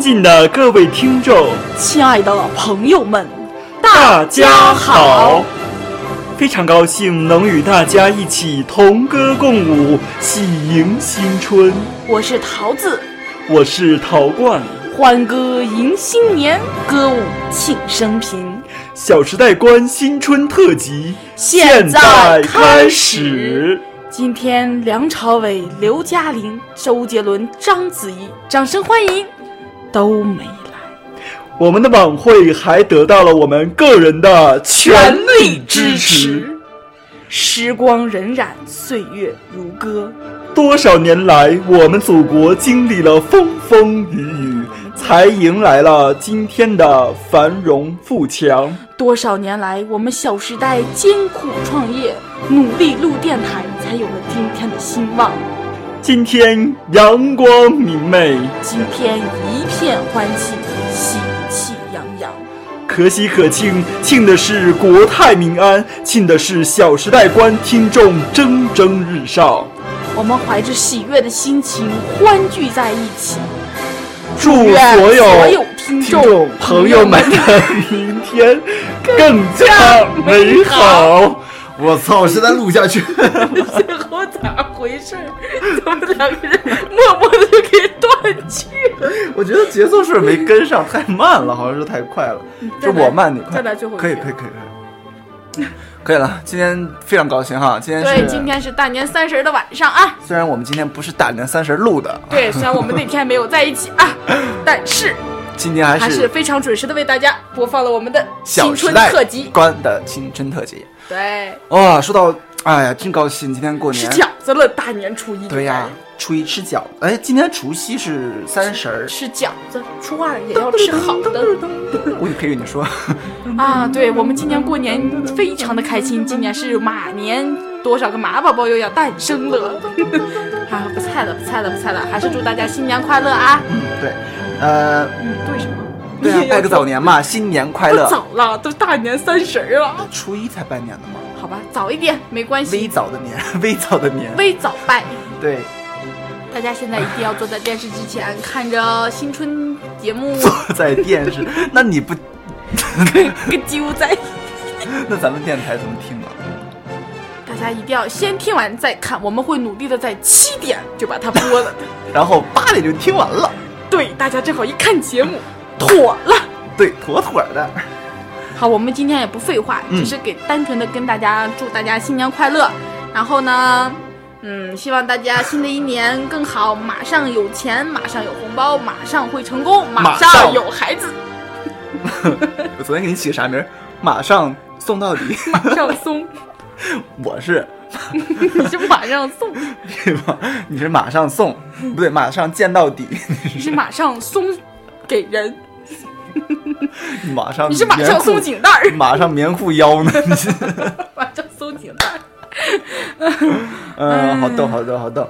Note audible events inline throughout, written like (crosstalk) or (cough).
信的各位听众，亲爱的朋友们，大家家好！非常高兴能与大家一起同歌共舞，喜迎新春。我是桃子，我是陶罐，欢歌迎新年，歌舞庆生平。 《小时代》观新春特辑现在开始开始。今天，梁朝伟、刘嘉玲、周杰伦、章子怡，掌声欢迎，都没来。我们的晚会还得到了我们个人的全力支持。。时光荏苒，岁月如歌。多少年来，我们祖国经历了风风雨雨，才迎来了今天的繁荣富强。多少年来，我们《小时代》艰苦创业，努力录电台，才有了今天的兴旺。今天阳光明媚，今天一片欢庆，喜气洋洋。可喜可庆，庆的是国泰民安，庆的是《小时代》观听众蒸蒸日上。我们怀着喜悦的心情欢聚在一起，祝愿所所有有听听众众朋友们的明天更加美 (laughs) 好。我操！我实在录不下去。最后咋回事儿？咱们两个人默默的就给断句了。我觉得节奏是不是没跟上，太慢了，好像是太快了。是嗯再来我慢你快，再来最后一可以遍可以可以可以，可以 (laughs) 了。今天非常高兴哈，今天是对，今天是大年三十的晚上啊。虽然我们今天不是大年三十录的，对，虽然我们那天没有在一起啊，但是今天还还是是《非常准时的为大家播放了我们的小新时春代》特辑。关的青春特辑。对，哇，说到，哎呀，真高兴，今天过吃年。饺子了，大年初一。对呀，初一吃饺子。哎，今天除夕是三十儿。吃饺子，初二也要吃好的。我可以跟你说， (laughs) 啊，对，我们今年过年非常的开心，今年是马年，多少个马宝宝又要诞生了。啊，不菜了，不菜了，不菜了，还是祝大家新年快乐啊！嗯，对，呃，嗯，对什么？ (laughs) 对啊你也，要拜个早年嘛，新年快不乐。早了，都大年三十儿了。初一才拜年的吗？好吧，早一点没关微系，早的年， (laughs) 微早的年。微早拜。对，大家现在一定要坐在电视机前，看着新春节目在电视， (laughs) 那你不，跟揪在。那咱们电台怎么听啊？大家一定要先听完再看，我们会努力的在七点就把它播了。然后八点就听完了，对，大家正好一看节目，妥了。对，妥妥的。嗯好，我们今天也不废话，嗯只是给单纯的跟大家祝大家新年快乐。然后呢，嗯，希望大家新的一年更好，马上有钱，马上有红包，马上会成功，马马上有孩子，我昨天给你起个啥名儿？马上送到底。 (laughs) 马上松，我是，你是马上送，对吧？你是马上送，不对，马上见到底。 (laughs) 你是马上松给人，你马上，你是马上松紧，紧带儿， (laughs) 马上棉裤腰 (laughs) 呢。你是马上松紧带儿。嗯，好逗，好逗，好逗。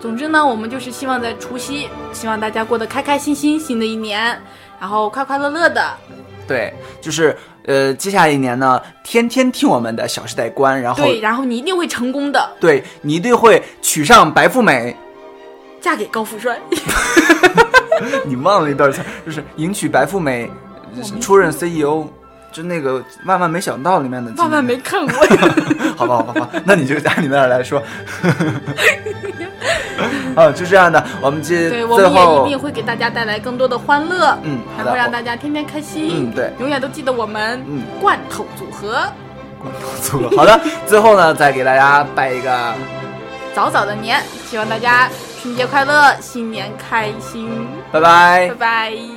总之呢，我们就是希望在除夕，希望大家过得开开心心，新的一年，然后快快乐乐的。对，就是呃，接下来一年呢，天天听我们的《小时代》观，然后对，然后你一定会成功的，对你一定会娶上白富美。嫁给高 (laughs) 富帅。你忘了一段词儿，就是迎娶白富美，出任 CEO，就那个万万没想到里面的。万万没。看 (laughs) 过，好吧，好吧，好吧，那你就按你那儿来说。 (laughs) 啊，就这样的，我们这对，我最们也后一定，会给大家带来更多的欢乐，嗯，好然后让的，大家天天开嗯心，对永远都记得我们嗯罐头组合，错了，好的，最后呢，再给大家拜一个，早早的年，希望大家春节快乐，新年开心，拜拜拜拜。